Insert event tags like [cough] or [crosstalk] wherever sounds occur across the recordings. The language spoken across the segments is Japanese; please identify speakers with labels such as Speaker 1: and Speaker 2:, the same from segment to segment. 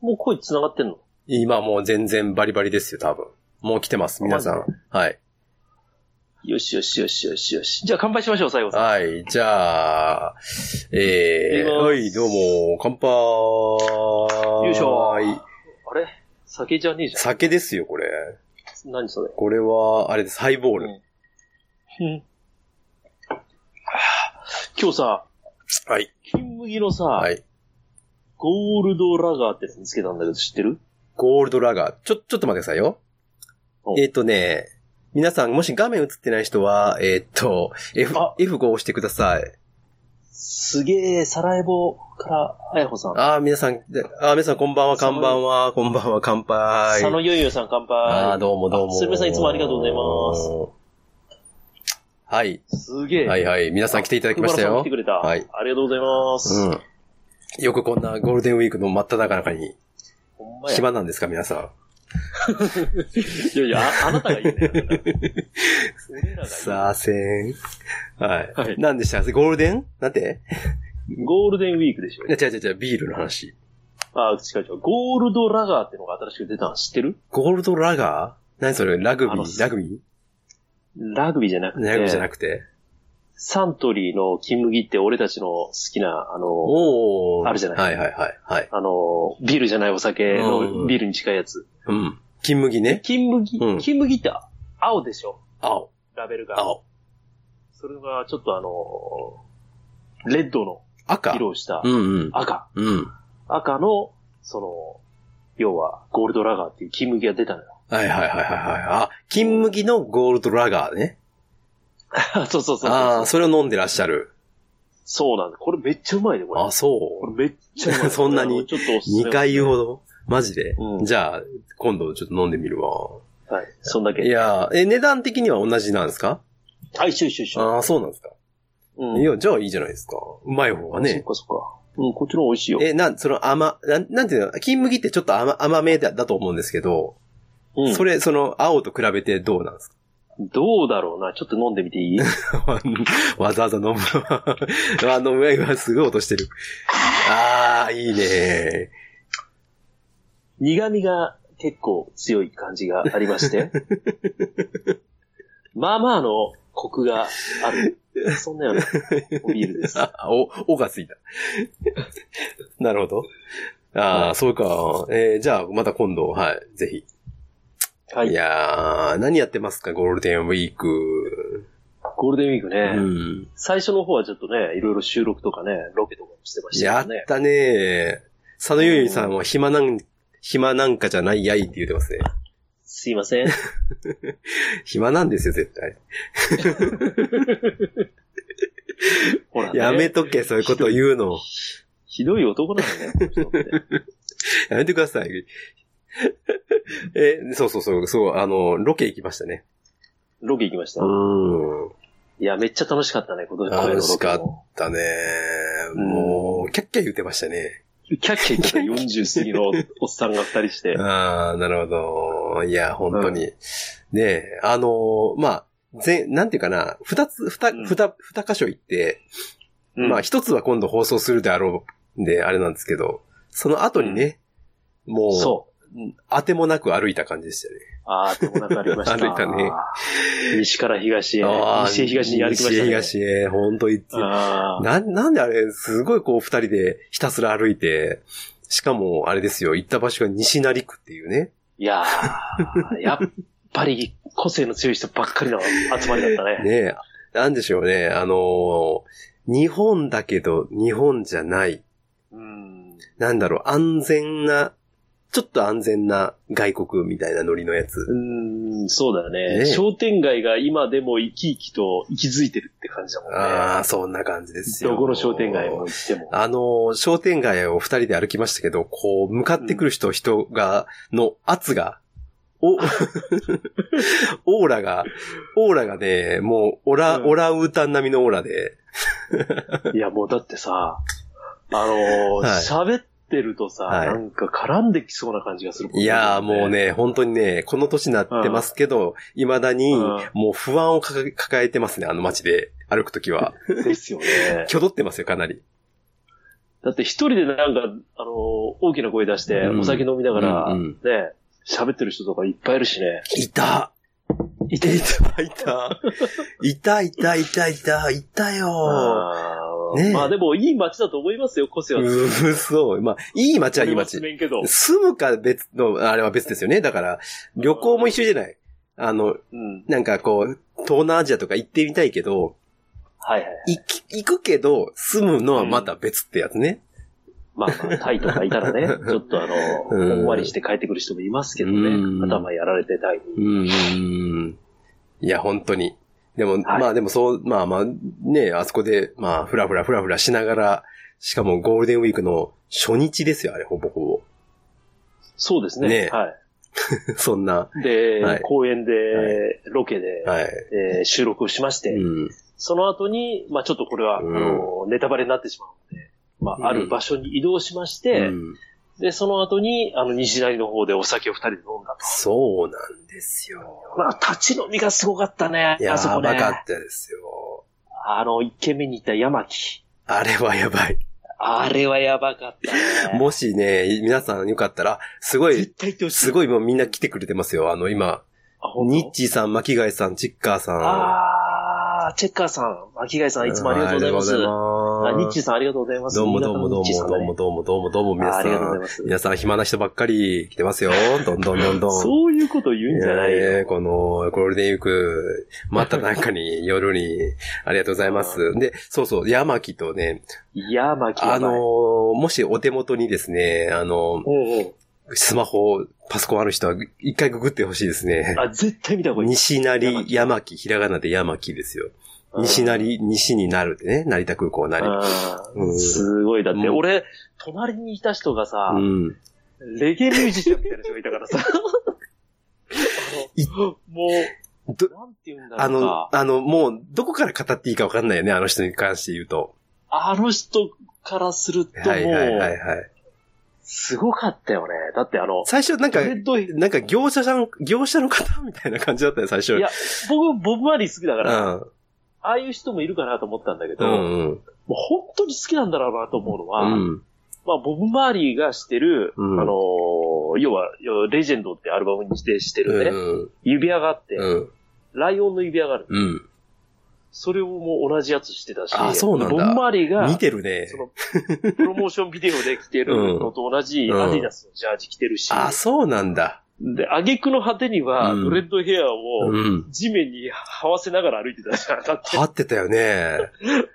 Speaker 1: もう声繋がってんの
Speaker 2: 今もう全然バリバリですよ、多分。もう来てます、皆さん
Speaker 1: マ。
Speaker 2: はい。
Speaker 1: よしよしよしよしよし。じゃあ乾杯しましょう、最後さん。
Speaker 2: はい、じゃあ、え
Speaker 1: いきま
Speaker 2: ー、
Speaker 1: す
Speaker 2: はい、どうも、乾杯。よ
Speaker 1: いしょ
Speaker 2: はい。
Speaker 1: あれ酒じゃねえじゃ
Speaker 2: 酒ですよ、これ。
Speaker 1: ん。何それ。
Speaker 2: これは、あれです、ハイボール。
Speaker 1: うん。今日さ、
Speaker 2: はい。
Speaker 1: 金麦のさ、
Speaker 2: はい。
Speaker 1: ゴールドラガーってやつ見つけたんだけど知ってる
Speaker 2: ゴールドラガー。ちょ、ちょっと待ってくださいよ
Speaker 1: お。
Speaker 2: えっ、とね、皆さん、もし画面映ってない人は、えっ、と、F、
Speaker 1: あ
Speaker 2: F5 を押してください。
Speaker 1: すげえ、サラエボから、あやほさん。
Speaker 2: あー、皆さん、あー、皆さん、こんばんは、こんばんは、こんばんは、乾杯。
Speaker 1: 佐野よいよさん乾杯。
Speaker 2: ああ、どうもどうも。
Speaker 1: あすみませんいつもありがとうござい
Speaker 2: ます。はい。
Speaker 1: すげえ。
Speaker 2: はいはい。皆さん来ていただきました
Speaker 1: 福原さん
Speaker 2: よ
Speaker 1: 来て。くれた。
Speaker 2: はい
Speaker 1: ありがとうございます。
Speaker 2: うん。よくこんなゴールデンウィークの真っ只中に、
Speaker 1: ほんまや。
Speaker 2: 暇なんですか、皆さ
Speaker 1: いやいや、ああなたがいいね。俺らがい
Speaker 2: ん。
Speaker 1: い。
Speaker 2: [laughs] さあせん。はい。
Speaker 1: はい
Speaker 2: 何でしたゴールデンなんて
Speaker 1: ゴールデンウィークでしょ
Speaker 2: い。や違う違う違う、ビールの話。
Speaker 1: あ、違う違う。ゴールドラガーってのが新しく出たの知ってる
Speaker 2: ゴールドラガー何それラグビ
Speaker 1: あの
Speaker 2: ーラグビ
Speaker 1: ラグビーじゃなく
Speaker 2: ー
Speaker 1: て、
Speaker 2: ラグビーじゃなくて。
Speaker 1: サントリーの金麦って俺たちの好きな、あの、
Speaker 2: おー。
Speaker 1: あるじゃない
Speaker 2: はいはいはい。はい。
Speaker 1: あの、ビールじゃないお酒
Speaker 2: う
Speaker 1: の
Speaker 2: ん
Speaker 1: ビールに近いやつ。
Speaker 2: うん。金麦ね。
Speaker 1: 金麦、
Speaker 2: うん
Speaker 1: 金麦って青でしょ
Speaker 2: 青。
Speaker 1: ラベルが。
Speaker 2: 青。
Speaker 1: それがちょっとあの、レッドの
Speaker 2: 赤。
Speaker 1: 色をした
Speaker 2: うんうん。
Speaker 1: 赤。
Speaker 2: うん。
Speaker 1: 赤の、その、要はゴールドラガーっていう金麦が出たの
Speaker 2: [laughs]
Speaker 1: よ。
Speaker 2: はいはいはいはいはい。あ、金麦のゴールドラガーね。
Speaker 1: そうそうそうそ
Speaker 2: ああ、
Speaker 1: う。
Speaker 2: それを飲んでらっしゃる。
Speaker 1: そうなんだ。これめっちゃうまいね、これ。
Speaker 2: あ、
Speaker 1: こ
Speaker 2: そ
Speaker 1: れめっちゃうまい。
Speaker 2: [laughs] そんなに
Speaker 1: これちょっとおす
Speaker 2: う。
Speaker 1: すめ
Speaker 2: 2回ほどマジで、
Speaker 1: うん
Speaker 2: じゃあ、今度ちょっと飲んでみるわ。
Speaker 1: はい。そんだ
Speaker 2: い
Speaker 1: け。
Speaker 2: やーえ、値段的には同じなんですか
Speaker 1: はい、一緒一緒一緒。
Speaker 2: ああ、そうなんですか。
Speaker 1: うん
Speaker 2: いや、じゃあいいじゃないですか。うまい方
Speaker 1: そ
Speaker 2: が
Speaker 1: っ
Speaker 2: ね。
Speaker 1: かそっか。うん、こっちの方が美味しいよ。
Speaker 2: え、なん、その甘、なん、なんていうの、金麦ってちょっと甘、甘めだだと思うんですけど、
Speaker 1: うん
Speaker 2: それ、その、青と比べてどうなんですか [laughs]
Speaker 1: どうだろうな。ちょっと飲んでみていい
Speaker 2: わざわざ飲むわ。あの、上がすごい音してる。ああ、いいね
Speaker 1: 苦味が結構強い感じがありまして。
Speaker 2: [laughs]
Speaker 1: まあまあのコクがある。そんなようなおビールです。
Speaker 2: あ、お、 [laughs] おがついた。なるほど。ああ、
Speaker 1: はい
Speaker 2: そうか。えーじゃあ、また今度、はい、ぜひ。、
Speaker 1: はいい。
Speaker 2: やー、何やってますか、ゴールデンウィーク。
Speaker 1: ゴールデンウィークね、
Speaker 2: うん。
Speaker 1: 最初の方はちょっとね、いろいろ収録とかね、ロケとかもしてました
Speaker 2: や
Speaker 1: よ
Speaker 2: っ
Speaker 1: ね。
Speaker 2: たね佐野ゆいさんは暇なん、暇なんかじゃないやいって言ってますね。
Speaker 1: すいません。
Speaker 2: 暇なんですよ、絶対。
Speaker 1: ほら、ね、
Speaker 2: やめとけ、そういうこと言うの。
Speaker 1: ひどい男なんだよ、この人って。
Speaker 2: やめてください。 [laughs] え、そうそうそう、そう、あの、ロケ行きましたね。
Speaker 1: ロケ行きました。
Speaker 2: うん。
Speaker 1: いや、めっちゃ楽しかったね、今年今年の
Speaker 2: 楽
Speaker 1: ロ
Speaker 2: し
Speaker 1: ケ
Speaker 2: かっ
Speaker 1: も。
Speaker 2: たね。
Speaker 1: うん
Speaker 2: もう、キャッキャ言ってましたね。
Speaker 1: キャッキャ言ってた40過ぎのおっさんが二人
Speaker 2: [laughs]
Speaker 1: して。
Speaker 2: ああ、なるほど。いや、本当に。ねえ、あのーまあ、全、なんていうかな、二つ、二、
Speaker 1: うん
Speaker 2: 二、二箇所行って、
Speaker 1: うん
Speaker 2: まあ、一つは今度放送するであろうんで、あれなんですけど、その後にね、もう、
Speaker 1: そう。
Speaker 2: 当てもなく歩いた感じでしたね。
Speaker 1: ああ、でもなくありました。
Speaker 2: 歩いたね
Speaker 1: 西から東へ、
Speaker 2: あー
Speaker 1: 西へ東に歩きました、ね。
Speaker 2: 西へ東へ、本当行って、
Speaker 1: あー
Speaker 2: なん、なんであれ、すごいこう二人でひたすら歩いて、しかもあれですよ、行った場所が西成区っていうね。
Speaker 1: いやー、やっぱり個性の強い人ばっかりの集まりだったね。
Speaker 2: [laughs] ねえ、なんでしょうね、あのー日本だけど日本じゃない、
Speaker 1: うん。
Speaker 2: なんだろう、安全な、ちょっと安全な外国みたいなノリのやつ。
Speaker 1: うん、そうだよね
Speaker 2: ね
Speaker 1: 商店街が今でも生き生きと息づいてるって感じだもんね。
Speaker 2: ああ、そんな感じですよ。
Speaker 1: どこの商店街も行っても。
Speaker 2: あのー商店街を二人で歩きましたけど、こう、向かってくる人、人が、の圧が、
Speaker 1: [laughs]
Speaker 2: お、オーラが、オーラがね、もう、オラ、
Speaker 1: うん
Speaker 2: オランウータン並みのオーラで、
Speaker 1: いや、もうだってさ、あのー
Speaker 2: はい
Speaker 1: 喋、ってるとさ、
Speaker 2: はい
Speaker 1: なんか絡んできそうな感じがするもんね
Speaker 2: いやーもう。ね、本当にね、この年になってますけど、未だに
Speaker 1: うん、
Speaker 2: もう不安を抱え抱えてますね、あの街で歩くとき [laughs] は。
Speaker 1: ですよね。
Speaker 2: 挙動ってますよ、かなり。
Speaker 1: だって一人でなんか、あのーこう、大きな声出して、
Speaker 2: うん
Speaker 1: お酒飲みながら、
Speaker 2: うんうん
Speaker 1: ね、喋ってる人とかいっぱいいるしね。
Speaker 2: いたいたいたい [laughs] たいたいたいたいたいたよ
Speaker 1: あー
Speaker 2: ねえ
Speaker 1: まあでも、いい街だと思いますよ、コセは。
Speaker 2: うそ。まあ、いい街はいい街
Speaker 1: 当たり前。面けど。
Speaker 2: 住むか別の、あれは別ですよね。だから、旅行も一緒じゃない。あの、
Speaker 1: うん。
Speaker 2: なんかこう、東南アジアとか行ってみたいけど、
Speaker 1: はいはい。
Speaker 2: 行き、行くけど、住むのはまた別ってやつね。
Speaker 1: まあ、まあタイとかいた
Speaker 2: [laughs]
Speaker 1: らね、ちょっとあの、
Speaker 2: うん
Speaker 1: ほんわりして帰ってくる人もいますけど
Speaker 2: う
Speaker 1: ね。
Speaker 2: ん
Speaker 1: 頭やられてタイに。
Speaker 2: うん。んいや、本当に。でも、
Speaker 1: はい
Speaker 2: まあでもそう、まあまあ、ねあそこで、まあ、ふらふらふらふらしながら、しかもゴールデンウィークの初日ですよ、あれ、ほぼ [laughs] ほ
Speaker 1: そうですね。
Speaker 2: ねえ
Speaker 1: は
Speaker 2: ぼ。そんな、
Speaker 1: い。で、
Speaker 2: はい
Speaker 1: 公演で、
Speaker 2: は
Speaker 1: ロケで、
Speaker 2: はい。
Speaker 1: えー収録をしまして、
Speaker 2: うん。
Speaker 1: その後に、まあちょっとこれは、
Speaker 2: うん
Speaker 1: あの、ネタバレになってしまうので、ま
Speaker 2: うん
Speaker 1: あ、ある場所に移動しまして、
Speaker 2: うん
Speaker 1: で、その後に、あの、西成の方でお酒を二人で飲んだ
Speaker 2: そうなんですよ。
Speaker 1: と。まあ、立ち飲みがすごかったね。
Speaker 2: や
Speaker 1: あそこね
Speaker 2: ば。かったですよ。
Speaker 1: あの、一軒目に行った山木。
Speaker 2: あれはやばい。
Speaker 1: あれはやばかったね。
Speaker 2: もしね、皆さんよかったら、すごい
Speaker 1: 絶、対行ってほしい。
Speaker 2: すごいもうみんな来てくれてますよ。あの、今、
Speaker 1: あほんと
Speaker 2: ニッチーさん、巻貝さん、チッカーさん。
Speaker 1: あー、チェッカーさん、巻貝さん、いつもありがとうございます。あニッチーさん、ありがとうございます。
Speaker 2: どうもどうもどうも
Speaker 1: 新潟
Speaker 2: ど
Speaker 1: の
Speaker 2: う
Speaker 1: ニッ
Speaker 2: も
Speaker 1: チ
Speaker 2: どうもどうもどうも
Speaker 1: ーさんねあ
Speaker 2: 皆さ
Speaker 1: ありがとうござい
Speaker 2: ん。
Speaker 1: ます。
Speaker 2: 皆さん暇な人ばっかり来てますよ。どんどんどんどんどん。
Speaker 1: そういうこと言うんじゃないよ。
Speaker 2: えーこの、ゴールデンウィーク、またなんかに、 [laughs] 夜に、ありがとうございます。で、そうそう、ヤマキとね、
Speaker 1: いや、巻貝。
Speaker 2: あのー、もしお手元にですね、あ
Speaker 1: お
Speaker 2: の
Speaker 1: うおう
Speaker 2: ー、スマホ、パソコンある人は、一回ググってほしいですね。
Speaker 1: あ、絶対見た方がいい。
Speaker 2: 西成山木、ひらがなで山木ですよ。西成、西になるってね、成田空港なり。
Speaker 1: あー
Speaker 2: うん
Speaker 1: すごい。だって、
Speaker 2: うん
Speaker 1: 俺、隣にいた人がさ
Speaker 2: う、ん。
Speaker 1: レゲエミュージシャンみたいな人がいたからさ。
Speaker 2: い
Speaker 1: あのも
Speaker 2: ど
Speaker 1: う、なんて言うんだ
Speaker 2: あ
Speaker 1: ろう
Speaker 2: の
Speaker 1: な、。
Speaker 2: あの、もう、どこから語っていいかわかんないよね、あの人に関して言うと。
Speaker 1: あの人からするとも
Speaker 2: はいはい
Speaker 1: う
Speaker 2: はい、はい。
Speaker 1: すごかったよね。だってあの、
Speaker 2: 最初、なんか
Speaker 1: ト、レッド、い
Speaker 2: なんか業者さん、業者の方みたいな感じだったよ、最初。
Speaker 1: や、僕、ボブマリー好きだから、あ
Speaker 2: うん。
Speaker 1: あいう人もいるかなと思ったんだけ
Speaker 2: う
Speaker 1: ど、もうん
Speaker 2: うん。
Speaker 1: 本当に好きなんだろうなと思うのは、
Speaker 2: うん。
Speaker 1: まあ、ボブマリーがしてる、
Speaker 2: うん
Speaker 1: あのー要は、要はレジェンドってアルバムに指定してるね、
Speaker 2: うん。
Speaker 1: 指輪があって、
Speaker 2: うん。
Speaker 1: ライオンの指輪がある。
Speaker 2: うん。
Speaker 1: それをもう同じやつしてたし、
Speaker 2: あそうなんだ
Speaker 1: ボブマリーが、
Speaker 2: 見てるね
Speaker 1: そ。の、プロモーションビデオで着てるのと同じ
Speaker 2: うん
Speaker 1: アディダスのジャージ着てるし、
Speaker 2: あ、そうなんだ。
Speaker 1: で、挙句の果てには、
Speaker 2: うん
Speaker 1: ドレッドヘアを
Speaker 2: うん。
Speaker 1: 地面に這わせながら歩いてたじゃん。 [laughs] だって、
Speaker 2: 張ってたよね。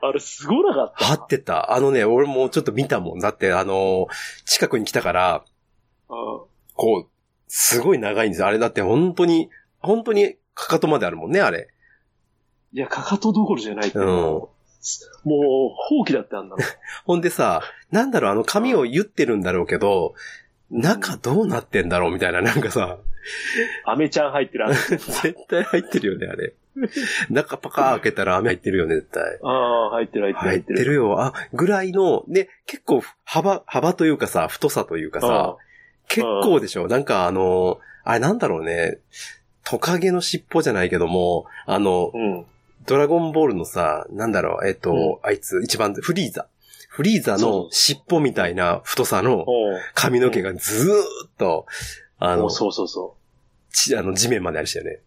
Speaker 1: あれすごなかった。
Speaker 2: 張ってた。あのね、俺もちょっと見たもん。だって、あの、近くに来たから、
Speaker 1: うん
Speaker 2: こう、すごい長いんですよ。あれだって本当に、本当にかかとまであるもんね、あれ。
Speaker 1: いや、かかとどころじゃないって。
Speaker 2: うん
Speaker 1: もう、放棄だってあんなの。
Speaker 2: ほんでさ、なんだろう、あの髪を言ってるんだろうけど、中どうなってんだろうみたいな、なん
Speaker 1: [laughs]
Speaker 2: かさ、
Speaker 1: アメちゃん入ってる。あ
Speaker 2: 絶対入ってるよね、あ
Speaker 1: [laughs]
Speaker 2: れ。中パカー開けたら雨入ってるよね、絶対。
Speaker 1: あー、入ってる、入
Speaker 2: 入っ
Speaker 1: っててる、
Speaker 2: るよ、あ、ぐらいの、で、結構幅、幅というかさ、太さというかさ、結構でしょなんかあの、あれなんだろうね、トカゲの尻尾じゃないけども、あの、
Speaker 1: うん。うん。
Speaker 2: ドラゴンボールのさ、なんだろう、えっ、と、
Speaker 1: うん
Speaker 2: あいつ、一番、フリーザ。フリー
Speaker 1: そ
Speaker 2: ザ
Speaker 1: うそ
Speaker 2: の
Speaker 1: う
Speaker 2: 尻尾みたいな太さの髪の毛がずーっと、あ
Speaker 1: お
Speaker 2: の
Speaker 1: う、そうそうそ
Speaker 2: ちあの地面までありしたよね。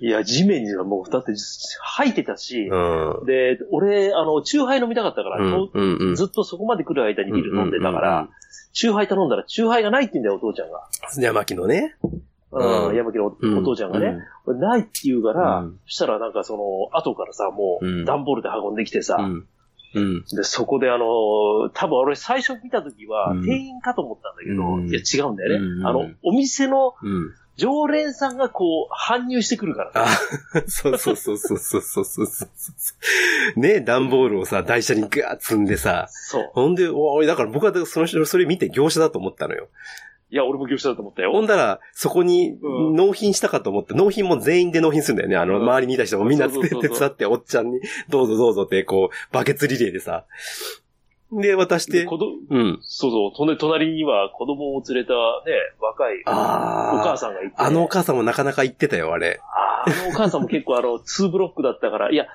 Speaker 1: う。いや、地面にはもう、だって、吐いてたし、
Speaker 2: うん。
Speaker 1: で、俺、あの、チューハイ飲みたかったから、と
Speaker 2: うんうん
Speaker 1: ずっとそこまで来る間にビール飲んでたから、、チューハイ頼んだら、チューハイがないって言うんだよ、お父ちゃんが。
Speaker 2: 山木のね。うん
Speaker 1: うん、山木のお,、
Speaker 2: う
Speaker 1: お父ちゃんがね。。ないって言うから、
Speaker 2: うん
Speaker 1: そしたらなんかその、後からさ、も
Speaker 2: うん
Speaker 1: う、段ボールで運んできてさ、
Speaker 2: うん。うん。
Speaker 1: で、そこであのー、多分俺最初見た時は、
Speaker 2: うん
Speaker 1: 店員かと思ったんだけど、
Speaker 2: うん
Speaker 1: いや違うんだよね、
Speaker 2: うん
Speaker 1: あの、お店の
Speaker 2: うん。
Speaker 1: 常連さんがこう、搬入してくるからさ、
Speaker 2: あ、そうそうそうそうそうそうそうそう。ね段ボールをさ、台車にガーッ積んでさ。
Speaker 1: そう。
Speaker 2: ほんで、おいだから僕はその人、それ見て業者だと思ったのよ。
Speaker 1: いや、俺も業者だと思ったよ。
Speaker 2: ほんだら、そこに
Speaker 1: うん
Speaker 2: 納品したかと思って、納品も全員で納品するんだよね。あの、
Speaker 1: うん
Speaker 2: 周りにいた人もみんな手
Speaker 1: そうそうそう
Speaker 2: 手伝って、おっちゃんに、どうぞどうぞって、こう、バケツリレーでさ。で、渡し
Speaker 1: で、
Speaker 2: て
Speaker 1: 子、供
Speaker 2: うん。
Speaker 1: そうそう、とね隣には子供を連れたね、若いお
Speaker 2: あー
Speaker 1: 母さんがいて、
Speaker 2: あのお母さんもなかなか言ってたよ、あれ。
Speaker 1: あーあのお母さんも結構あの、2ブロッ [laughs] クだったから、いや、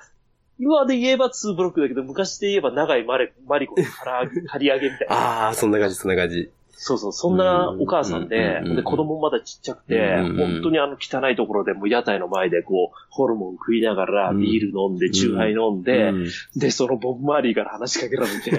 Speaker 1: 今で言えば2ブロックだけど、昔で言えば長いマレマリコの唐揚げ、刈り上げみたいな。
Speaker 2: [laughs] ああ、そんな感じ、そんな感じ。
Speaker 1: そうそう、そんなお母さんで、
Speaker 2: うんうんうん
Speaker 1: で、子供もまだちっちゃくて、
Speaker 2: うんうんうん
Speaker 1: 本当にあの汚いところで、もう屋台の前でこう、ホルモン食いながら、
Speaker 2: うん
Speaker 1: ビール飲んで、チューハイ飲んで、
Speaker 2: うん
Speaker 1: で、そのボブ周りから話しかけられて、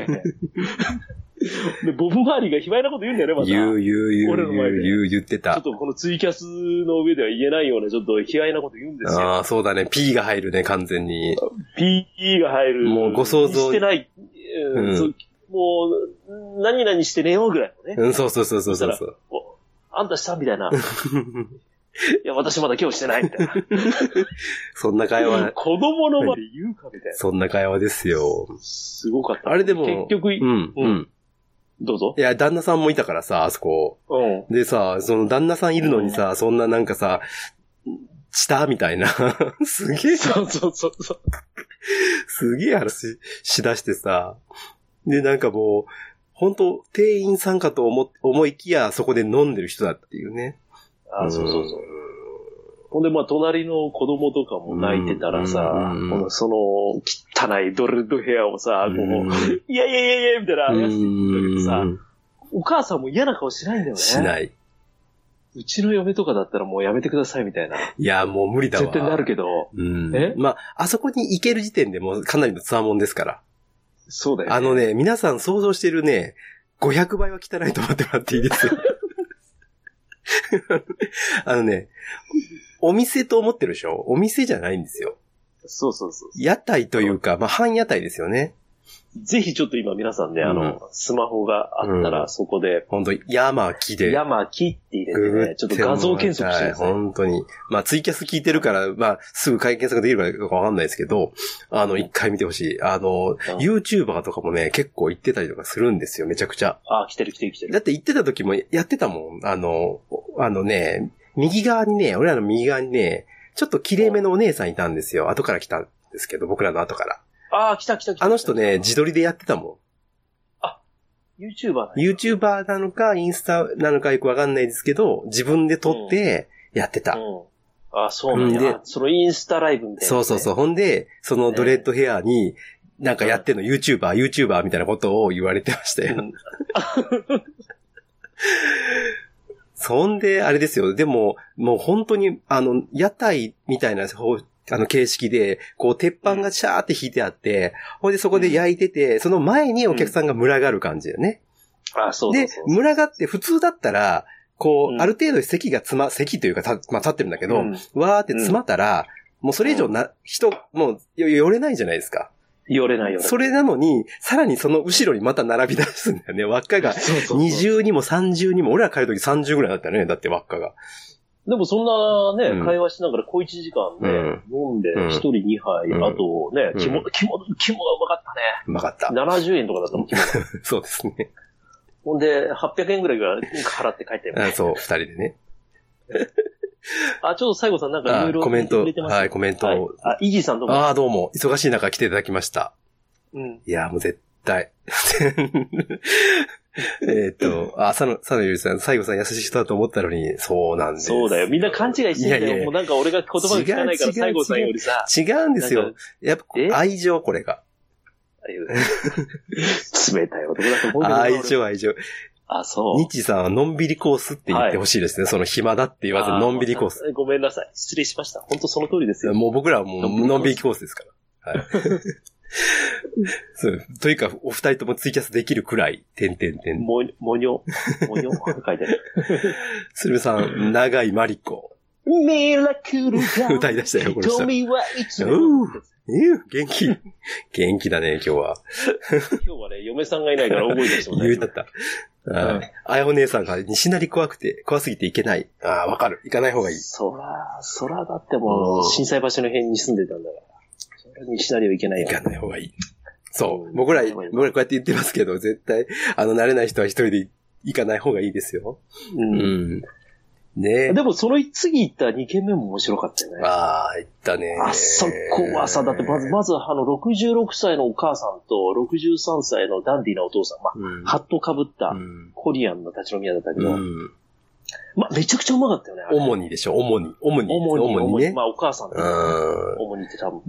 Speaker 1: で、ボブ周りが卑猥なこと言うんだよね、また。
Speaker 2: 言う、言う、言う、
Speaker 1: 俺の前
Speaker 2: 言う
Speaker 1: で、
Speaker 2: 言う、言って
Speaker 1: ちょ
Speaker 2: た
Speaker 1: っ。とこのツイキャスの上では言えないような、ちょっと卑猥なこと言うんですよ。
Speaker 2: ああ、そうだね。P が入るね、完全に。
Speaker 1: PE が入る。
Speaker 2: もうご想像
Speaker 1: してない。うん
Speaker 2: うん
Speaker 1: そうもう、何々してねようぐらいのね。
Speaker 2: うん、そうそうそうそうそうそう。
Speaker 1: おあんたしたみ
Speaker 2: [laughs]
Speaker 1: たいな。いや、私まだ今日してないみたいな。
Speaker 2: そんな会話、
Speaker 1: 子供の前で言うかみたいな。
Speaker 2: そんな会話ですよ。
Speaker 1: すごかった。
Speaker 2: あれでも
Speaker 1: 結局、
Speaker 2: うん、
Speaker 1: う
Speaker 2: うんん。
Speaker 1: どうぞ
Speaker 2: い。や、旦那さんもいたからさ、あそこ。
Speaker 1: うん。
Speaker 2: でさ、その旦那さんいるのにさ、そんななんかさ、したみたいな。 [laughs] すげえ、
Speaker 1: そうそうそうそう。
Speaker 2: すげえ話しだしてさ。で、なんかもう、本当店員さんかと思、思いきや、そこで飲んでる人だっていうね。
Speaker 1: あ、そうそうそう。ほんで、まあ、隣の子供とかも泣いてたらさ、
Speaker 2: うん
Speaker 1: このその、汚いドレッドヘアをさ、こ
Speaker 2: うん
Speaker 1: う、いやいやいやいや、みたいな、
Speaker 2: う
Speaker 1: さ
Speaker 2: ん。
Speaker 1: お母さんも嫌な顔しないんだよね。
Speaker 2: しない。
Speaker 1: うちの嫁とかだったらもうやめてくださいみたいな。
Speaker 2: いや、もう無理だわ。
Speaker 1: 絶対なるけど。
Speaker 2: うん。
Speaker 1: え
Speaker 2: まあ、あそこに行ける時点でもうかなりのつわもんですから。
Speaker 1: そうだよ、ね。
Speaker 2: あのね、皆さん想像してるね、500倍は汚いと思ってもらっていいですよ。 [laughs] あのね、お店と思ってるでしょお店じゃないんですよ。
Speaker 1: そうそうそう。
Speaker 2: 屋台というか、まあ、半屋台ですよね。
Speaker 1: ぜひちょっと今皆さんね、
Speaker 2: うん
Speaker 1: あの、スマホがあった
Speaker 2: う
Speaker 1: らそこで、
Speaker 2: 本当に、山木で。
Speaker 1: 山木って入
Speaker 2: ググ
Speaker 1: れてね、ちょってと
Speaker 2: もらいたい
Speaker 1: 画像検索してください。
Speaker 2: 本当に。まあ、ツイキャス聞いてるから、まあ、すぐ会見検索できるかわかんないですけど、あの、一回見てほしい。あの、YouTuber とかもね、結構行ってたりとかするんですよ、めちゃくちゃ。
Speaker 1: あ、来てる来てる来て
Speaker 2: だ
Speaker 1: る。
Speaker 2: って行ってた時もやってたもん。あの、あのね、右側にね、俺らの右側にね、ちょっと綺麗めのお姉さんいたんですよ。後から来たんですけど、僕らの後から。
Speaker 1: あ、来た来た来た。
Speaker 2: あの人ね、自撮りでやってたも
Speaker 1: YouTuber なん
Speaker 2: ん。
Speaker 1: や
Speaker 2: YouTuber なのか、インスタなのかよくわかんないですけど、自分で撮ってやってた。
Speaker 1: うん。あ、そうなん
Speaker 2: うんで
Speaker 1: や。あそのインスタライブみたいなね、
Speaker 2: そうそうそう。ほんで、そのドレッドヘアに、なんかやってんの YouTuber、YouTuber みたいなことを言われてました
Speaker 1: う
Speaker 2: よ。
Speaker 1: ん。
Speaker 2: そんで、あれですよ。でも、もう本当に、あの、屋台みたいな方、あの、形式で、こう、鉄板がシャーって引いてあって、ほんでそこで焼いてて、その前にお客さんが群がる感じだよね。
Speaker 1: あ、そうそう
Speaker 2: で
Speaker 1: そう、。
Speaker 2: 群がって普通だったら、こ
Speaker 1: う
Speaker 2: う、
Speaker 1: ん
Speaker 2: ある程度席がつま、席というか、たまあ、立ってるんだけど、
Speaker 1: うん
Speaker 2: わーって詰まったら、もうそれ以上な、人、もう、よ寄れないじゃないですか。
Speaker 1: 寄れないよね。
Speaker 2: それなのに、さらにその後ろにまた並び出すんだよね。輪っかが。
Speaker 1: そうそうそう
Speaker 2: 20にも30にも、俺ら帰るとき30ぐらいだったよね。だって輪っかが。
Speaker 1: でもそんなね、
Speaker 2: うん
Speaker 1: 会話しながら小1時間ね、飲んで
Speaker 2: うん
Speaker 1: 1人2杯、
Speaker 2: うん
Speaker 1: あとね、
Speaker 2: うん
Speaker 1: 肝、肝、肝がうまかったね。
Speaker 2: うまかった。
Speaker 1: 70円とかだったもん、肝が
Speaker 2: [laughs] そうですね。
Speaker 1: ほんで、800円ぐらいが払って帰ったよね。
Speaker 2: あそう、二人でね。
Speaker 1: あ、ちょっと最後さんなんかいろ
Speaker 2: あ
Speaker 1: いろ
Speaker 2: コメント
Speaker 1: 入れて、ました
Speaker 2: はい、コメントを。
Speaker 1: はいあ、イギーさんどうも。
Speaker 2: ああ、どうも。忙しい中来ていただきました。
Speaker 1: うん。
Speaker 2: いやー、もう絶対。 [laughs] えーっと、あ、佐野、佐野ゆりさん、最後さん優しい人だと思ったのに、そうなんです。
Speaker 1: そうだよ。みんな勘違いしてんだ
Speaker 2: いやいやい
Speaker 1: よ。
Speaker 2: や
Speaker 1: もうなんか俺が言葉が聞かないから、
Speaker 2: 違う違う
Speaker 1: 西郷さんよりさ。
Speaker 2: 違うんです
Speaker 1: なん
Speaker 2: よ
Speaker 1: か。
Speaker 2: やっぱ、
Speaker 1: え
Speaker 2: 愛情、これが。
Speaker 1: ああいう冷たい男だと思うけどな。
Speaker 2: 愛
Speaker 1: 俺。
Speaker 2: 情、愛情。
Speaker 1: あ、そう。
Speaker 2: 日さんはのんびりコースって言ってほしいですね。その暇だって言わず、
Speaker 1: あ
Speaker 2: のんびりコース。。
Speaker 1: ごめんなさい。失礼しました。本当その通りですよ。
Speaker 2: もう僕らはも
Speaker 1: のんびりコー
Speaker 2: う
Speaker 1: ス
Speaker 2: のんびりコースですから。はい。そう。というか、お二人ともツイキャスできるくらい、てんてんてん。
Speaker 1: も、もにょ、もにょ、書い
Speaker 2: [laughs]
Speaker 1: てある。
Speaker 2: 鶴瓶さん、長井まりこ。
Speaker 1: ミラクルが
Speaker 2: 歌い出したよこの人
Speaker 1: 瞳はいつも
Speaker 2: うーえー元気。元気だね、今日は。
Speaker 1: 今日はね、嫁さんがいないから覚えてしま
Speaker 2: 言うだ
Speaker 1: う。
Speaker 2: った。はいあやお姉さんが西成怖くて、怖すぎて行けない。ああ、わかる。行かない方がいい。
Speaker 1: そら、そらだっても
Speaker 2: う
Speaker 1: う、
Speaker 2: ん
Speaker 1: 震災橋の辺に住んでたんだから。そら西成はいけないよ
Speaker 2: 行。かない方がいい。そう。僕ら、僕らこうやって言ってますけど、絶対、あの、慣れない人は一人で行かない方がいいですよ。
Speaker 1: うん
Speaker 2: うん。ねえ
Speaker 1: で。もその次行った2軒目も面白かったよね。
Speaker 2: ああ、行ったね。
Speaker 1: あそこはさ、だってまず、まずあの、66歳のお母さんと63歳のダンディーなお父さん、ま
Speaker 2: うん
Speaker 1: あ、ハットかぶった
Speaker 2: うん
Speaker 1: コリアンの立ち飲み屋だったけど、
Speaker 2: うん。
Speaker 1: まあ、めちゃくちゃうまかったよね。あれ
Speaker 2: 主にでしょ、主に。主に。
Speaker 1: 主に、主に。
Speaker 2: ね
Speaker 1: ま。あ、お母さんと
Speaker 2: う
Speaker 1: か
Speaker 2: ん。
Speaker 1: 主にって多分。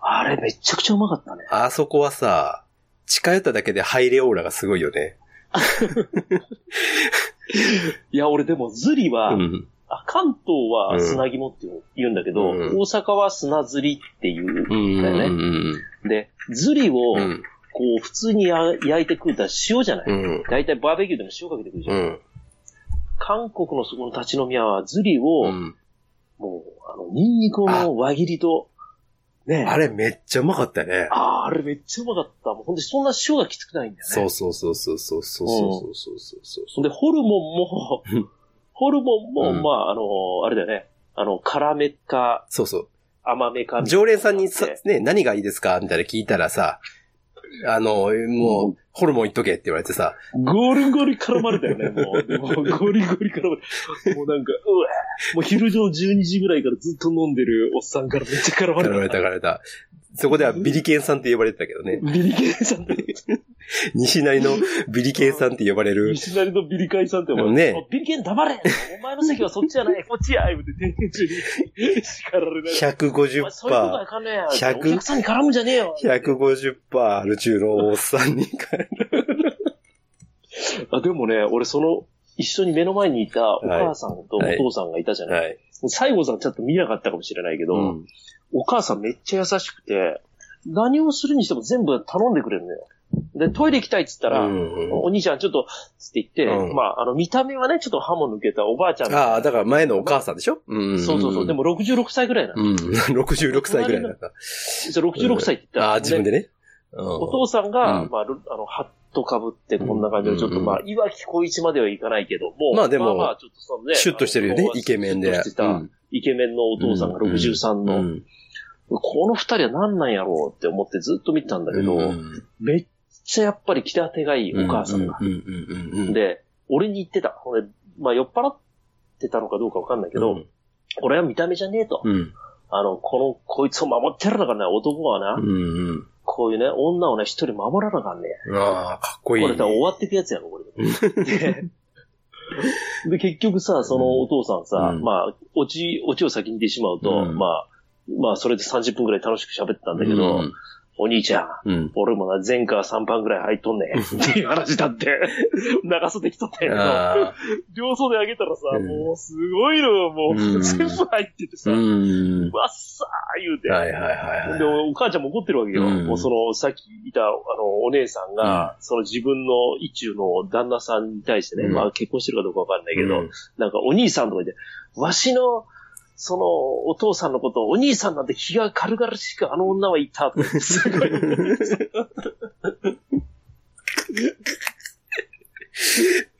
Speaker 1: あれ、めちゃくちゃうまかったね。
Speaker 2: あそこはさ、近寄っただけでハイレオーラがすごいよね。
Speaker 1: いや、俺でもズリは、
Speaker 2: うん。
Speaker 1: あ関東は砂肝って言うんだけど、
Speaker 2: うん
Speaker 1: 大阪は砂ズリっていう
Speaker 2: うんん。
Speaker 1: だ
Speaker 2: う
Speaker 1: よね。
Speaker 2: ん。
Speaker 1: で、ズリを、
Speaker 2: うん。
Speaker 1: こう、普通にや焼いて食うたら塩じゃない、
Speaker 2: うん。
Speaker 1: 大体バーベキューでも塩かけてくるじゃ。
Speaker 2: うんん。
Speaker 1: 韓国のそこの立ち飲み屋は、ズリを、
Speaker 2: うん。
Speaker 1: もう、あの、ニンニクの輪切りと、ね
Speaker 2: あれめっちゃうまかったよね。
Speaker 1: あーあれめっちゃうまかった。もうほんで、そんな塩がきつくないんだよね。
Speaker 2: そうそうそうそうそうそうそうそうそうそう
Speaker 1: ほんで、ホルモン
Speaker 2: うん
Speaker 1: も、ホルモンも、
Speaker 2: うん
Speaker 1: まあ、あの、あれだよね。あの、辛めか、
Speaker 2: そうそう。
Speaker 1: 甘めかみたいな
Speaker 2: 常連さんにさ
Speaker 1: のがあって、
Speaker 2: ね、何がいいですかみたいな聞いたらさ、あの、もう、ホルモンいっとけって言われてさ、
Speaker 1: ゴリゴリ絡まれたよね、もう。もうゴリゴリ絡まれもうなんか、うわもう昼の12時ぐらいからずっと飲んでるおっさんからめっちゃ絡まれ
Speaker 2: や
Speaker 1: た。
Speaker 2: られたやられた。そこではビリケンさんって呼ばれてたけどね。
Speaker 1: ビリケンさんって、
Speaker 2: 西成のビリケンさんって呼ばれる。
Speaker 1: 西成のビリカイさんってお前、
Speaker 2: ね
Speaker 1: おビリケン黙れお前の席はそっちじゃない、こっちや言うて店員中に叱られながら。お前そういうことはあ
Speaker 2: 150%、
Speaker 1: かんねや。お
Speaker 2: 100
Speaker 1: 客さんに絡むんじゃねえよ。
Speaker 2: 150%アル中のおっさんに変え
Speaker 1: あでもね、俺その、一緒に目の前にいたお母さんとお
Speaker 2: はい
Speaker 1: 父さんがいたじゃ
Speaker 2: る。
Speaker 1: ない。
Speaker 2: はい。
Speaker 1: 最後さんちょっと見なかったかもしれないけど、
Speaker 2: うん
Speaker 1: お母さんめっちゃ優しくて、何をするにしても全部頼んでくれるのよ。で、トイレ行きたいって言ったら、
Speaker 2: うん
Speaker 1: お兄ちゃんちょっと、つって言って、
Speaker 2: うん
Speaker 1: まあ、あの、見た目はね、ちょっと歯も抜けたおばあちゃん。
Speaker 2: ああ、だから前のお母さんでしょうん
Speaker 1: そうそうそう。で、も66歳ぐらいなの。
Speaker 2: うん。66歳ぐらいだった。
Speaker 1: そう66歳って言ったら、
Speaker 2: ああ、自分でね。
Speaker 1: お
Speaker 2: お
Speaker 1: 父さんが、
Speaker 2: うん
Speaker 1: まあ、ルあの、ハットかぶってこんな感じで、ちょっと、
Speaker 2: うん
Speaker 1: まあ、いわき小一まではいかないけども、
Speaker 2: まあでも
Speaker 1: まあまあちょっとそのね、
Speaker 2: シュッとしてるよね
Speaker 1: あ、の
Speaker 2: イケメンで。
Speaker 1: シュッとしてた、
Speaker 2: うん
Speaker 1: イケメンのお父さんが63の、
Speaker 2: うん
Speaker 1: この二人は何なんやろうって思ってずっと見てたんだけど、
Speaker 2: うん
Speaker 1: めっちゃやっぱり気立てがいいお母さんが。
Speaker 2: うううんうんうん、
Speaker 1: で、俺に言ってた。ほんでまあ、酔っ払ってたのかどうかわかんないけど、俺は見た目じゃねえと。
Speaker 2: うん、うん
Speaker 1: あの、この、こいつを守ってやらなあかんね男はな、
Speaker 2: うん
Speaker 1: こういうね、女をね、一人守らなあかんね
Speaker 2: うん。ああ、かっこいい。
Speaker 1: これさ、終わってくやつやろ、俺の。
Speaker 2: [laughs]
Speaker 1: で、 [laughs] で結局さ、そのお父さんさ、
Speaker 2: うん
Speaker 1: まあ、オチ、オチを先に言ってしまうと、
Speaker 2: うん
Speaker 1: まあ、まあ、それで30分くらい楽しく喋ってたんだけど、お兄ちゃん、
Speaker 2: うん、うん。
Speaker 1: 俺もな、前科3パンぐらい入っとんね
Speaker 2: [laughs]
Speaker 1: ん。っていう話だって、 [laughs] 長袖着とったんや
Speaker 2: ああ
Speaker 1: けど、両袖上げたらさ、
Speaker 2: うん
Speaker 1: もうすごいのよ、もう、
Speaker 2: うん
Speaker 1: 全部入っててさ、
Speaker 2: う
Speaker 1: わっ
Speaker 2: ん。
Speaker 1: さー言うて。
Speaker 2: はいはいはい
Speaker 1: で、
Speaker 2: はい。
Speaker 1: お母ちゃんも怒ってるわけよ。
Speaker 2: うん
Speaker 1: もうその、さっきいた、あの、お姉さんが、その自分の一中の旦那さんに対してね、
Speaker 2: うん
Speaker 1: まあ結婚してるかどうかわかんないけど、
Speaker 2: うん
Speaker 1: なんかお兄さんとか言って、わしの、その、お父さんのことを、お兄さんなんて気が軽々しくあの女はいたって。
Speaker 2: [laughs]
Speaker 1: すごい。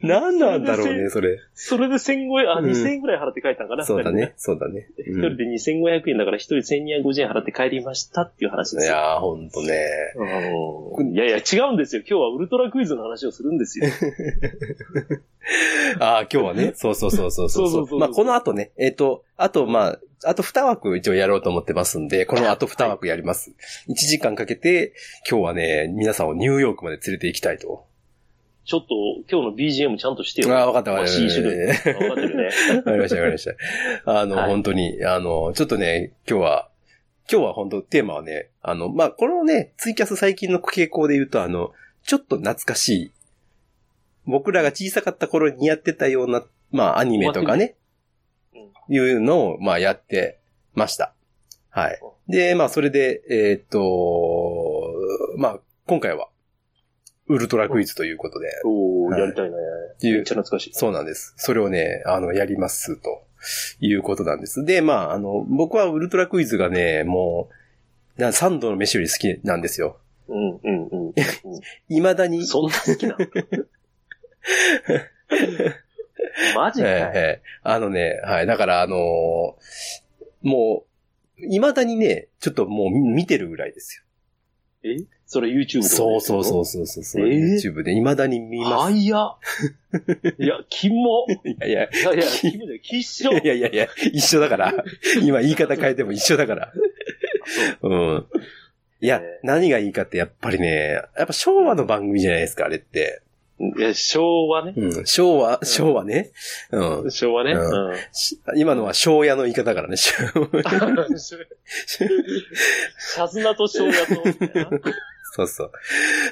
Speaker 2: 何なんだろうね、それ。
Speaker 1: それで1500、あ、
Speaker 2: うん
Speaker 1: 2000円ぐらい払って帰ったんかな、
Speaker 2: そうだね、
Speaker 1: 二
Speaker 2: そうだね。う
Speaker 1: 人でね。一人
Speaker 2: ん
Speaker 1: で2500円だから一人1250円払って帰りましたっていう話で
Speaker 2: い
Speaker 1: すよ。
Speaker 2: やー、ほんとね。
Speaker 1: あのーいやいや、違うんですよ。今日はウルトラクイズの話をするんですよ。
Speaker 2: ああ、今日はね。そうそうそうそうそ
Speaker 1: そうそうそ
Speaker 2: う。
Speaker 1: うそう
Speaker 2: まあ、この後ね、えっ、と、あと、まあ、あと2枠一応やろうと思ってますんで、この後2枠やります。1時間かけて、今日はね、皆さんをニューヨークまで連れて行きたいと。
Speaker 1: ちょっと今日の BGM ちゃんとしてよ。
Speaker 2: ああ、わかったわかった。
Speaker 1: 新種類。わかってる
Speaker 2: [laughs]
Speaker 1: ね。
Speaker 2: わかりました、わかりました。あの、
Speaker 1: はい
Speaker 2: 本当に、あの、ちょっとね、今日は、今日は本当テーマはね、あの、まあ、このね、ツイキャス最近の傾向で言うと、あの、ちょっと懐かしい、僕らが小さかった頃にやってたような、まあ、アニメとかね、いうのを、まあ、やってました。はい。で、まあ、それで、えーっと、まあ、今回は、ウルトラクイズということで、
Speaker 1: お
Speaker 2: は
Speaker 1: ー、
Speaker 2: い
Speaker 1: やりたいね。
Speaker 2: ていう
Speaker 1: めっちゃ懐かしい。
Speaker 2: そうなんです。それをね、あの、やります、ということなんです。で、まあ、あの、僕はウルトラクイズがね、もう、な3度の飯より好きなんですよ。
Speaker 1: うん、うん、うん。
Speaker 2: 未だに、
Speaker 1: そんな好きなの
Speaker 2: [laughs]
Speaker 1: マジかよ。
Speaker 2: ええええあのね、はい、だから、あのーもう、未だにね、ちょっともう見てるぐらいです
Speaker 1: えそれ YouTube
Speaker 2: よ。
Speaker 1: とか
Speaker 2: そうそうそうそうそうそう、
Speaker 1: ええ
Speaker 2: YouTube で未だに見ま
Speaker 1: は
Speaker 2: す。
Speaker 1: いや。いや、キモ。い
Speaker 2: いやいや、
Speaker 1: やい
Speaker 2: [laughs]
Speaker 1: や、キモじゃない、キッショ
Speaker 2: いやいやいや、一緒だから。今言い方変えても一緒だから。うん。いや
Speaker 1: ね、
Speaker 2: 何がいいかってやっぱりね、やっぱ昭和の番組じゃないですか、あれって。
Speaker 1: いや、昭和ね。
Speaker 2: うん、昭和、昭和ね。うん。
Speaker 1: 昭和ね。
Speaker 2: う [laughs]
Speaker 1: うん。
Speaker 2: し今のは昭夜の言い方だからね。 [laughs] 昭和
Speaker 1: シャズナと昭和とみたいな。
Speaker 2: [laughs] そうそう。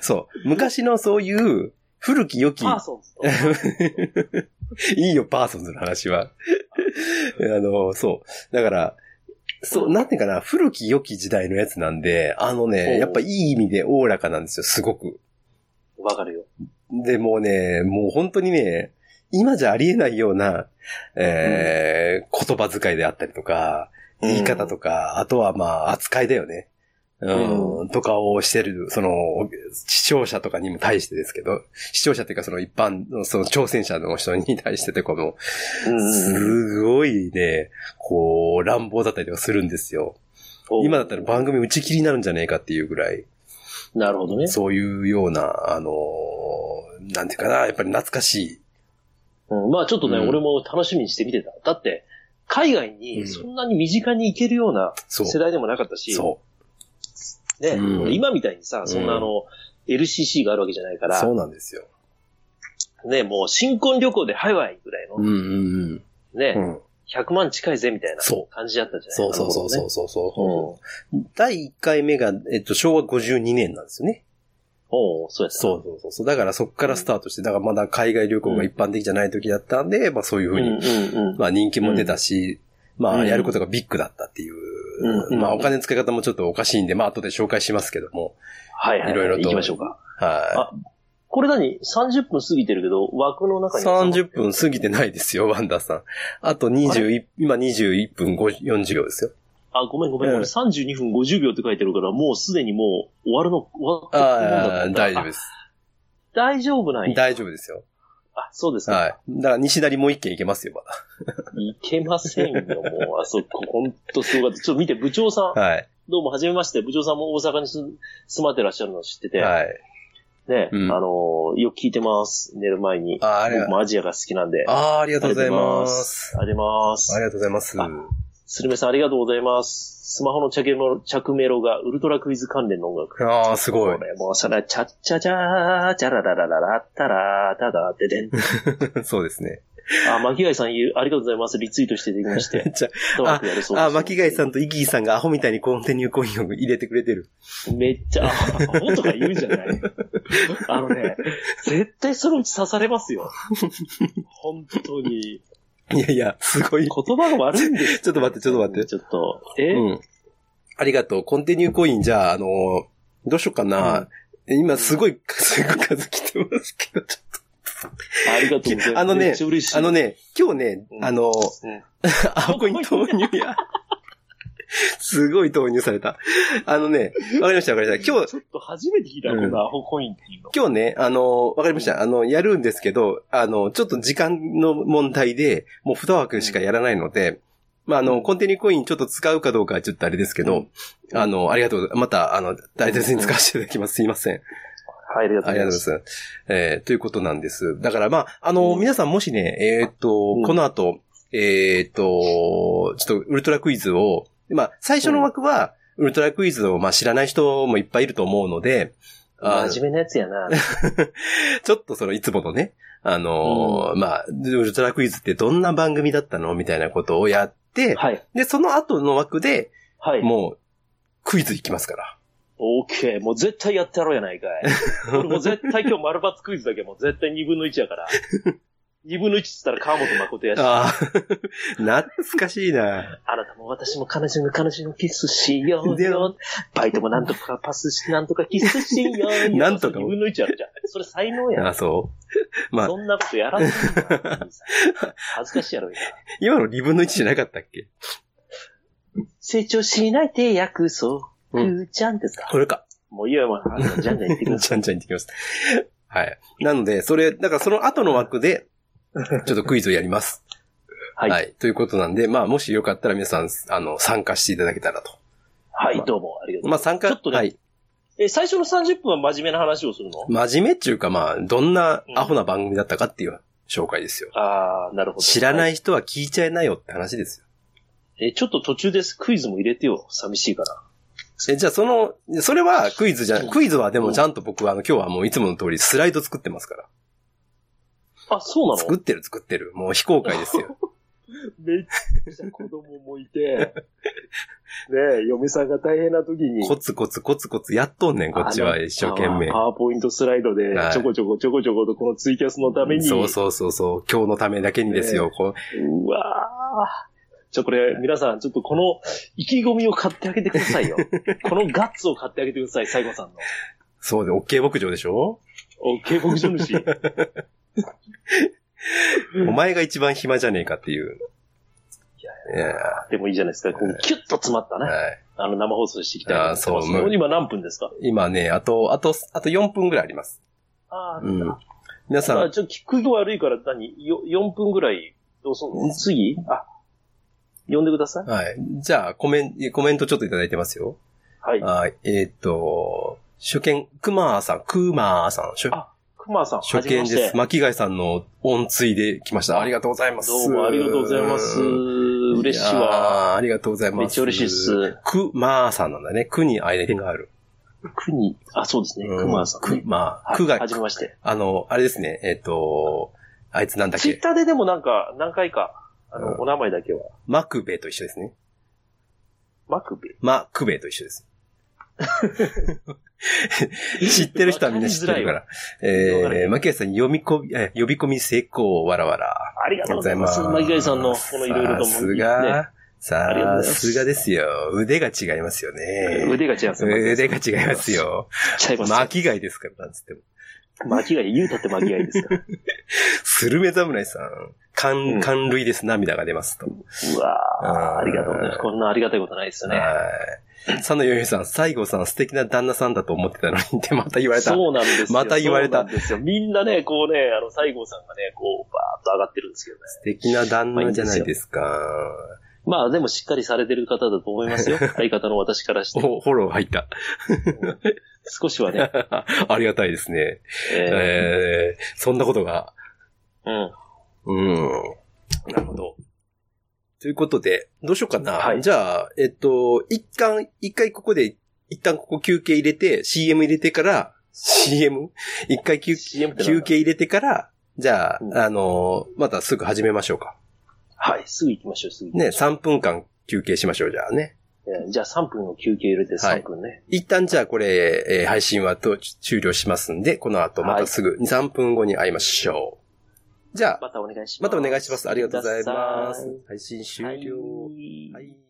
Speaker 2: そう。昔のそういう、古き良き、
Speaker 1: パーソンズと。
Speaker 2: [laughs] いいよ、パーソンズの
Speaker 1: [laughs]
Speaker 2: 話は。あの、そう。だから、そう、なんていうかな、古き良き時代のやつなんで、あの
Speaker 1: ほう
Speaker 2: ね、やっぱいい意味でおおらかなんですよ、すごく。
Speaker 1: わかるよ。
Speaker 2: で、もうね、もう本当にね、今じゃありえないような、えー言葉遣いであったりとか、言い方とか、あとはまあ、扱いだよね。うん、とかをしてる、その、視聴者とかにも対してですけど、視聴者っていうかその一般の、その挑戦者の人に対してとかも、すごいね、こう、乱暴だったりとかするんですよ。今だったら番組打ち切りになるんじゃねえかっていうぐらい、
Speaker 1: なるほどね。
Speaker 2: そういうような、あのーなんていうかな、やっぱり懐かし
Speaker 1: うんまあちょっとね、
Speaker 2: うん
Speaker 1: 俺も楽しみにして見てた。だって、海外
Speaker 2: う
Speaker 1: に
Speaker 2: ん。
Speaker 1: そんなに身近に行けるようない
Speaker 2: そう。
Speaker 1: 世代でもなかったし、
Speaker 2: そ
Speaker 1: ね、
Speaker 2: うん
Speaker 1: 今みたいにさ、そんなあの、LCC があるわけじゃないか
Speaker 2: う。そ
Speaker 1: ら、
Speaker 2: うなんですよ。
Speaker 1: ね、もう新婚旅行でハワイぐらいの
Speaker 2: うん、うん
Speaker 1: ね、
Speaker 2: うん。うん。
Speaker 1: 100万近いぜみたいな
Speaker 2: そう
Speaker 1: 感じだったじゃない
Speaker 2: そうそうそうそうそう
Speaker 1: あの頃
Speaker 2: そ
Speaker 1: ね
Speaker 2: う。第1回目が、えっと、昭和52年なんですよね。
Speaker 1: おうそうやった。
Speaker 2: そうそうそうそう。だからそっからスタートして、だからまだ海外旅行が一般的じゃない時だったんで、まあそういうふう
Speaker 1: うん
Speaker 2: に
Speaker 1: うんうん。
Speaker 2: まあ人気も出たし、まあ
Speaker 1: うん
Speaker 2: やることがビッグだったっていう
Speaker 1: う。ん
Speaker 2: まあお金の使い方もちょっとおかしいんで、まあ後で紹介しますけども。
Speaker 1: はいはい。
Speaker 2: いろいろと
Speaker 1: 行きましょうか。
Speaker 2: は
Speaker 1: これ何 ?30 分過ぎてるけど、枠の
Speaker 2: い。
Speaker 1: 中に収まってる
Speaker 2: 30分過ぎてないですよ、ワンダーさん。あと21、今21分50 40秒ですよ。
Speaker 1: あ、ごめんごめん。
Speaker 2: うん
Speaker 1: 俺32分50秒って書いてるから、もうすでにもう終わるの、終わってるもんだ
Speaker 2: あ
Speaker 1: と
Speaker 2: あ、
Speaker 1: 思った
Speaker 2: 大丈夫です。
Speaker 1: 大丈夫なんや。
Speaker 2: 大丈夫ですよ。
Speaker 1: あ、そうですか。
Speaker 2: はい。だから西成もう一件いけますよ、まだ。
Speaker 1: い、けませ
Speaker 2: [laughs]
Speaker 1: んよ、もう。あそこ、ほんとすごかった。ちょっと見て、部長さん、
Speaker 2: はい。
Speaker 1: どうも、はじめまして。部長さんも大阪に住住まってらっしゃるの知ってて、
Speaker 2: はい。
Speaker 1: ね、
Speaker 2: うん
Speaker 1: あのーよく聞いてます。寝る前に。
Speaker 2: ああ、ありが
Speaker 1: 僕もアジアが好きなんで。
Speaker 2: あ
Speaker 1: あ
Speaker 2: あありがとうございます。
Speaker 1: りがとうございま
Speaker 2: あり
Speaker 1: す。
Speaker 2: がとうございます。
Speaker 1: あスルメさん、ありがとうございます。スマホの着メロ着メロがウルトラクイズ関連の音楽。
Speaker 2: ああ、すごい
Speaker 1: こ。れもうそれ、チャッチャチャー、チャラララララッタラー、タダーデ
Speaker 2: [laughs]
Speaker 1: デン。
Speaker 2: そうですね。
Speaker 1: あ、巻貝さん言う、ありがとうございます。リツイートしていただきま
Speaker 2: [laughs]
Speaker 1: して。
Speaker 2: じゃ
Speaker 1: トークやるそうです
Speaker 2: あ、あ巻貝さんとイギーさんがアホみたいにコンティニューコインを入れてくれてる。
Speaker 1: めっちゃ、あ、本とか言うじゃない。 [laughs] あのね、絶対そのうち刺されますよ。本当に。
Speaker 2: いやいや、すごい。ちょ
Speaker 1: 言葉が悪いんですよ。
Speaker 2: っと待って、ちょっと待って。
Speaker 1: ちょっと、え、
Speaker 2: うん。ありがとう。コンティニューコイン、じゃあ、あのーどうしようかな。今、すごい、すごい数来てますけど、ち
Speaker 1: ありがとうございます。
Speaker 2: あのね
Speaker 1: めっちゃ嬉
Speaker 2: ょ
Speaker 1: しい。
Speaker 2: あのね、今日ね
Speaker 1: う、ん
Speaker 2: あのー
Speaker 1: うん、
Speaker 2: あ、ここに投入 [laughs] や。すごい投入された。あのね、わかりました、わかりました。今日、
Speaker 1: ちょっと初めて聞いた、
Speaker 2: うん
Speaker 1: このアホコインっていうの。
Speaker 2: 今日ね、あの、わかりました。あの、やるんですけど、あの、ちょっと時間の問題で、もう二枠しかやらないので、まあ、あの、コンティニューコインちょっと使うかどうかはちょっとあれですけど、あの、ありがとうございます。また、あの、大切に使わせていただきます。すいません。
Speaker 1: はい、ありがと
Speaker 2: あ
Speaker 1: うござい
Speaker 2: りがとう
Speaker 1: ま
Speaker 2: ご
Speaker 1: す。
Speaker 2: ざいます。えーということなんです。だから、まあ、あの、
Speaker 1: うん
Speaker 2: 皆さんもしね、えーっと、
Speaker 1: うん
Speaker 2: この後、えーっと、ちょっとウルトラクイズを、まあ、最初の枠は、ウルトラクイズを、まあ、知らない人もいっぱいいると思うので、あの
Speaker 1: 真面目なやつやな。
Speaker 2: ちょっとそのいつものね、あのーまあ、ウルトラクイズってどんな番組だったのみたいなことをやって、
Speaker 1: はい。
Speaker 2: で、その後の枠で
Speaker 1: はい。
Speaker 2: もうクイズいきますから。
Speaker 1: オーケー。もう絶対やってやろうやないかい。俺もう絶対今日丸抜クイズだけはもう絶対2分の1やから。2分の1っつったら川本誠やし。あ
Speaker 2: ああ、 [laughs] 懐かしいな。
Speaker 1: なたも私も彼女の彼女のキスしよう
Speaker 2: で
Speaker 1: よ。バイトもなんとかパスし、なんとかキスしよ [laughs] うよ。
Speaker 2: なんとか
Speaker 1: 2分の1やるじゃん。それ才能や
Speaker 2: あ
Speaker 1: ん。
Speaker 2: そう。まあ
Speaker 1: そ、んなことやらずに恥ずかしいやろ、今。
Speaker 2: 今の2分の1じゃなかったっけ
Speaker 1: 成長しないで約束。
Speaker 2: う
Speaker 1: じゃんですか。
Speaker 2: これか。
Speaker 1: [laughs] もういいよ、もう。あのじゃんじゃん言ってくだ
Speaker 2: ち
Speaker 1: さ
Speaker 2: ゃ
Speaker 1: い。
Speaker 2: んちゃん言ってきました。はい。なので、それ、だからその後の枠で、ちょっとクイズをやります。
Speaker 1: [laughs] はい
Speaker 2: ということなんで、まあ、もしよかったら皆さん、あの、参加していただけたらと。
Speaker 1: はい、どうも、ありがとうござい
Speaker 2: まあ、参加、
Speaker 1: ちょっとね
Speaker 2: はい。
Speaker 1: ます。え、最初の30分は真面目な話をするの
Speaker 2: 真面目っていうか、まあ、どんなアホな番組だったかっていう紹介ですよ。
Speaker 1: ああ、なるほど。
Speaker 2: 知ら
Speaker 1: は。
Speaker 2: ないい人は聞いちゃいなよって話ですよ。
Speaker 1: え、ちょっと途中です。クイズも入れてよ。寂しいから。
Speaker 2: え、じゃあその、それはクイズじゃ、クイズはで
Speaker 1: う
Speaker 2: も
Speaker 1: ん
Speaker 2: ちゃんと僕はあの今日はもういつもの通りスライド作ってますから。
Speaker 1: あ、そうな
Speaker 2: 作っ
Speaker 1: の [laughs]
Speaker 2: てる作ってる。もう非公開ですよ。
Speaker 1: めっちゃ子供もいて、 [laughs] ね嫁さんが大変な時に、
Speaker 2: コツコツコツコツやっとんねん、こっちは一生懸命
Speaker 1: あの。パワーポイントスライドで
Speaker 2: は、い
Speaker 1: ちょこちょこちょこちょことこのツイキャスのために、
Speaker 2: そうそうそうそう。今日のためだけにですよ。こ
Speaker 1: うわーちょ、これ、皆さん、ちょっとこの意気込みを買ってあげてくださ
Speaker 2: [laughs]
Speaker 1: いよ。このガッツを買ってあげてください、サイコさんの。
Speaker 2: そうで、OK 牧場でしょ
Speaker 1: お、警告書
Speaker 2: [laughs]
Speaker 1: 主。
Speaker 2: お前が一番暇じゃねえかっていう。いや
Speaker 1: でもいいじゃないですか。こうキュッと詰まった
Speaker 2: ー
Speaker 1: ね。
Speaker 2: はい
Speaker 1: あの、生放送していきたいなと思ってます
Speaker 2: あーそう
Speaker 1: もう今何分ですか
Speaker 2: 今ね、あと、あと、あと4分ぐらいあります。
Speaker 1: あ
Speaker 2: う
Speaker 1: ー
Speaker 2: ん。皆さ
Speaker 1: まあ、
Speaker 2: ん、
Speaker 1: ちょっと聞くと悪いから何、よ4分ぐらい、どうすんの次あ、呼んでください。
Speaker 2: はい。じゃあ、コメント、コメントちょっといただいてますよ。
Speaker 1: はい。
Speaker 2: はい。えーっと、初見、くまーさん、くまーさん、初
Speaker 1: あクマさん、
Speaker 2: 初見
Speaker 1: はじ
Speaker 2: で
Speaker 1: め
Speaker 2: す。
Speaker 1: ま
Speaker 2: 巻貝さんの音追で来ました。ありがとうございま
Speaker 1: して
Speaker 2: す。
Speaker 1: どうもありがとうございます。嬉しいわ。
Speaker 2: やー。ありがとうございます。
Speaker 1: めっちゃ嬉しいっ。す。
Speaker 2: くまーさんなんだね。くに間がある。
Speaker 1: くに、あ、そうですね。
Speaker 2: う
Speaker 1: クマさんね
Speaker 2: く。ま
Speaker 1: は
Speaker 2: く
Speaker 1: い
Speaker 2: が
Speaker 1: は、じめまして。
Speaker 2: あの、あれですね。えっ、と、あいつなんだっ
Speaker 1: ツイッ
Speaker 2: け。
Speaker 1: ターででもなんか、何回か、あの、
Speaker 2: うん
Speaker 1: お名前だけは、
Speaker 2: マクベと一緒ですね。
Speaker 1: マクベ。
Speaker 2: マクベと一緒です。知ってる人はみんな知ってるから。
Speaker 1: わかりづらい
Speaker 2: えー、
Speaker 1: わ
Speaker 2: マキさん、読み込み、え呼び込み成功、わらわら。
Speaker 1: [laughs] ありがとうございます。マギガイさんの、このいろいろとも。
Speaker 2: さす
Speaker 1: ね
Speaker 2: が、
Speaker 1: ありがとう
Speaker 2: さ
Speaker 1: ございます
Speaker 2: すがですよ。腕が違いますよね。
Speaker 1: 腕が違います。
Speaker 2: 腕が違いま
Speaker 1: [laughs]
Speaker 2: す。よ。
Speaker 1: ちゃいます。
Speaker 2: 巻貝ですから、なんつっても。
Speaker 1: 巻き貝、言うたって巻き貝
Speaker 2: [laughs]
Speaker 1: ですから。
Speaker 2: スルメ侍さん、
Speaker 1: うん
Speaker 2: 感、感類です、涙が出ますと。
Speaker 1: うわ
Speaker 2: あー
Speaker 1: ーありがとうございます。こんなありがたいことないですよね。
Speaker 2: はい。佐野由美さん、西郷さん素敵な旦那さんだと思ってたのにってまた言われた。
Speaker 1: そうなんですよ。
Speaker 2: また言われた
Speaker 1: そうなんですよ。みんなね、こうね、あの、西郷さんがね、こう、バーっと上がってるんですけどね。
Speaker 2: 素敵な旦那じゃないですか。
Speaker 1: まあ、でもしっかりされてる方だと思います
Speaker 2: [laughs]
Speaker 1: よ。相方の私からして。
Speaker 2: お、フォロー入った。
Speaker 1: 少しはね。
Speaker 2: ありがたいですね。 [laughs]
Speaker 1: え
Speaker 2: えー、そんなことが。
Speaker 1: ーうん。
Speaker 2: うん。なるほど。ということで、どうしようかな。
Speaker 1: はい
Speaker 2: じゃあ、えっと、一旦、一回ここで、一旦ここ休憩入れて、CM 入れてから、CM? 一回休
Speaker 1: CM ってなんだ
Speaker 2: 休憩入れてから、じゃあ、
Speaker 1: うん
Speaker 2: あのーまたすぐ始めましょうか。
Speaker 1: はい、すぐ行きましょう、すぐ行きましょう
Speaker 2: ね、3分間休憩しましょう、じゃあね。
Speaker 1: えーじゃあ3分の休憩入れて
Speaker 2: は
Speaker 1: 3
Speaker 2: い
Speaker 1: 分ね。
Speaker 2: 一旦じゃあこれ、えー配信はと終了しますんで、この後またすぐ2、3分後に会いましょう。じゃあ、
Speaker 1: またお願いしま。
Speaker 2: ますたお願いします。ありがとうございます
Speaker 1: ください。
Speaker 2: 配信終
Speaker 1: は
Speaker 2: 了。
Speaker 1: い
Speaker 2: はい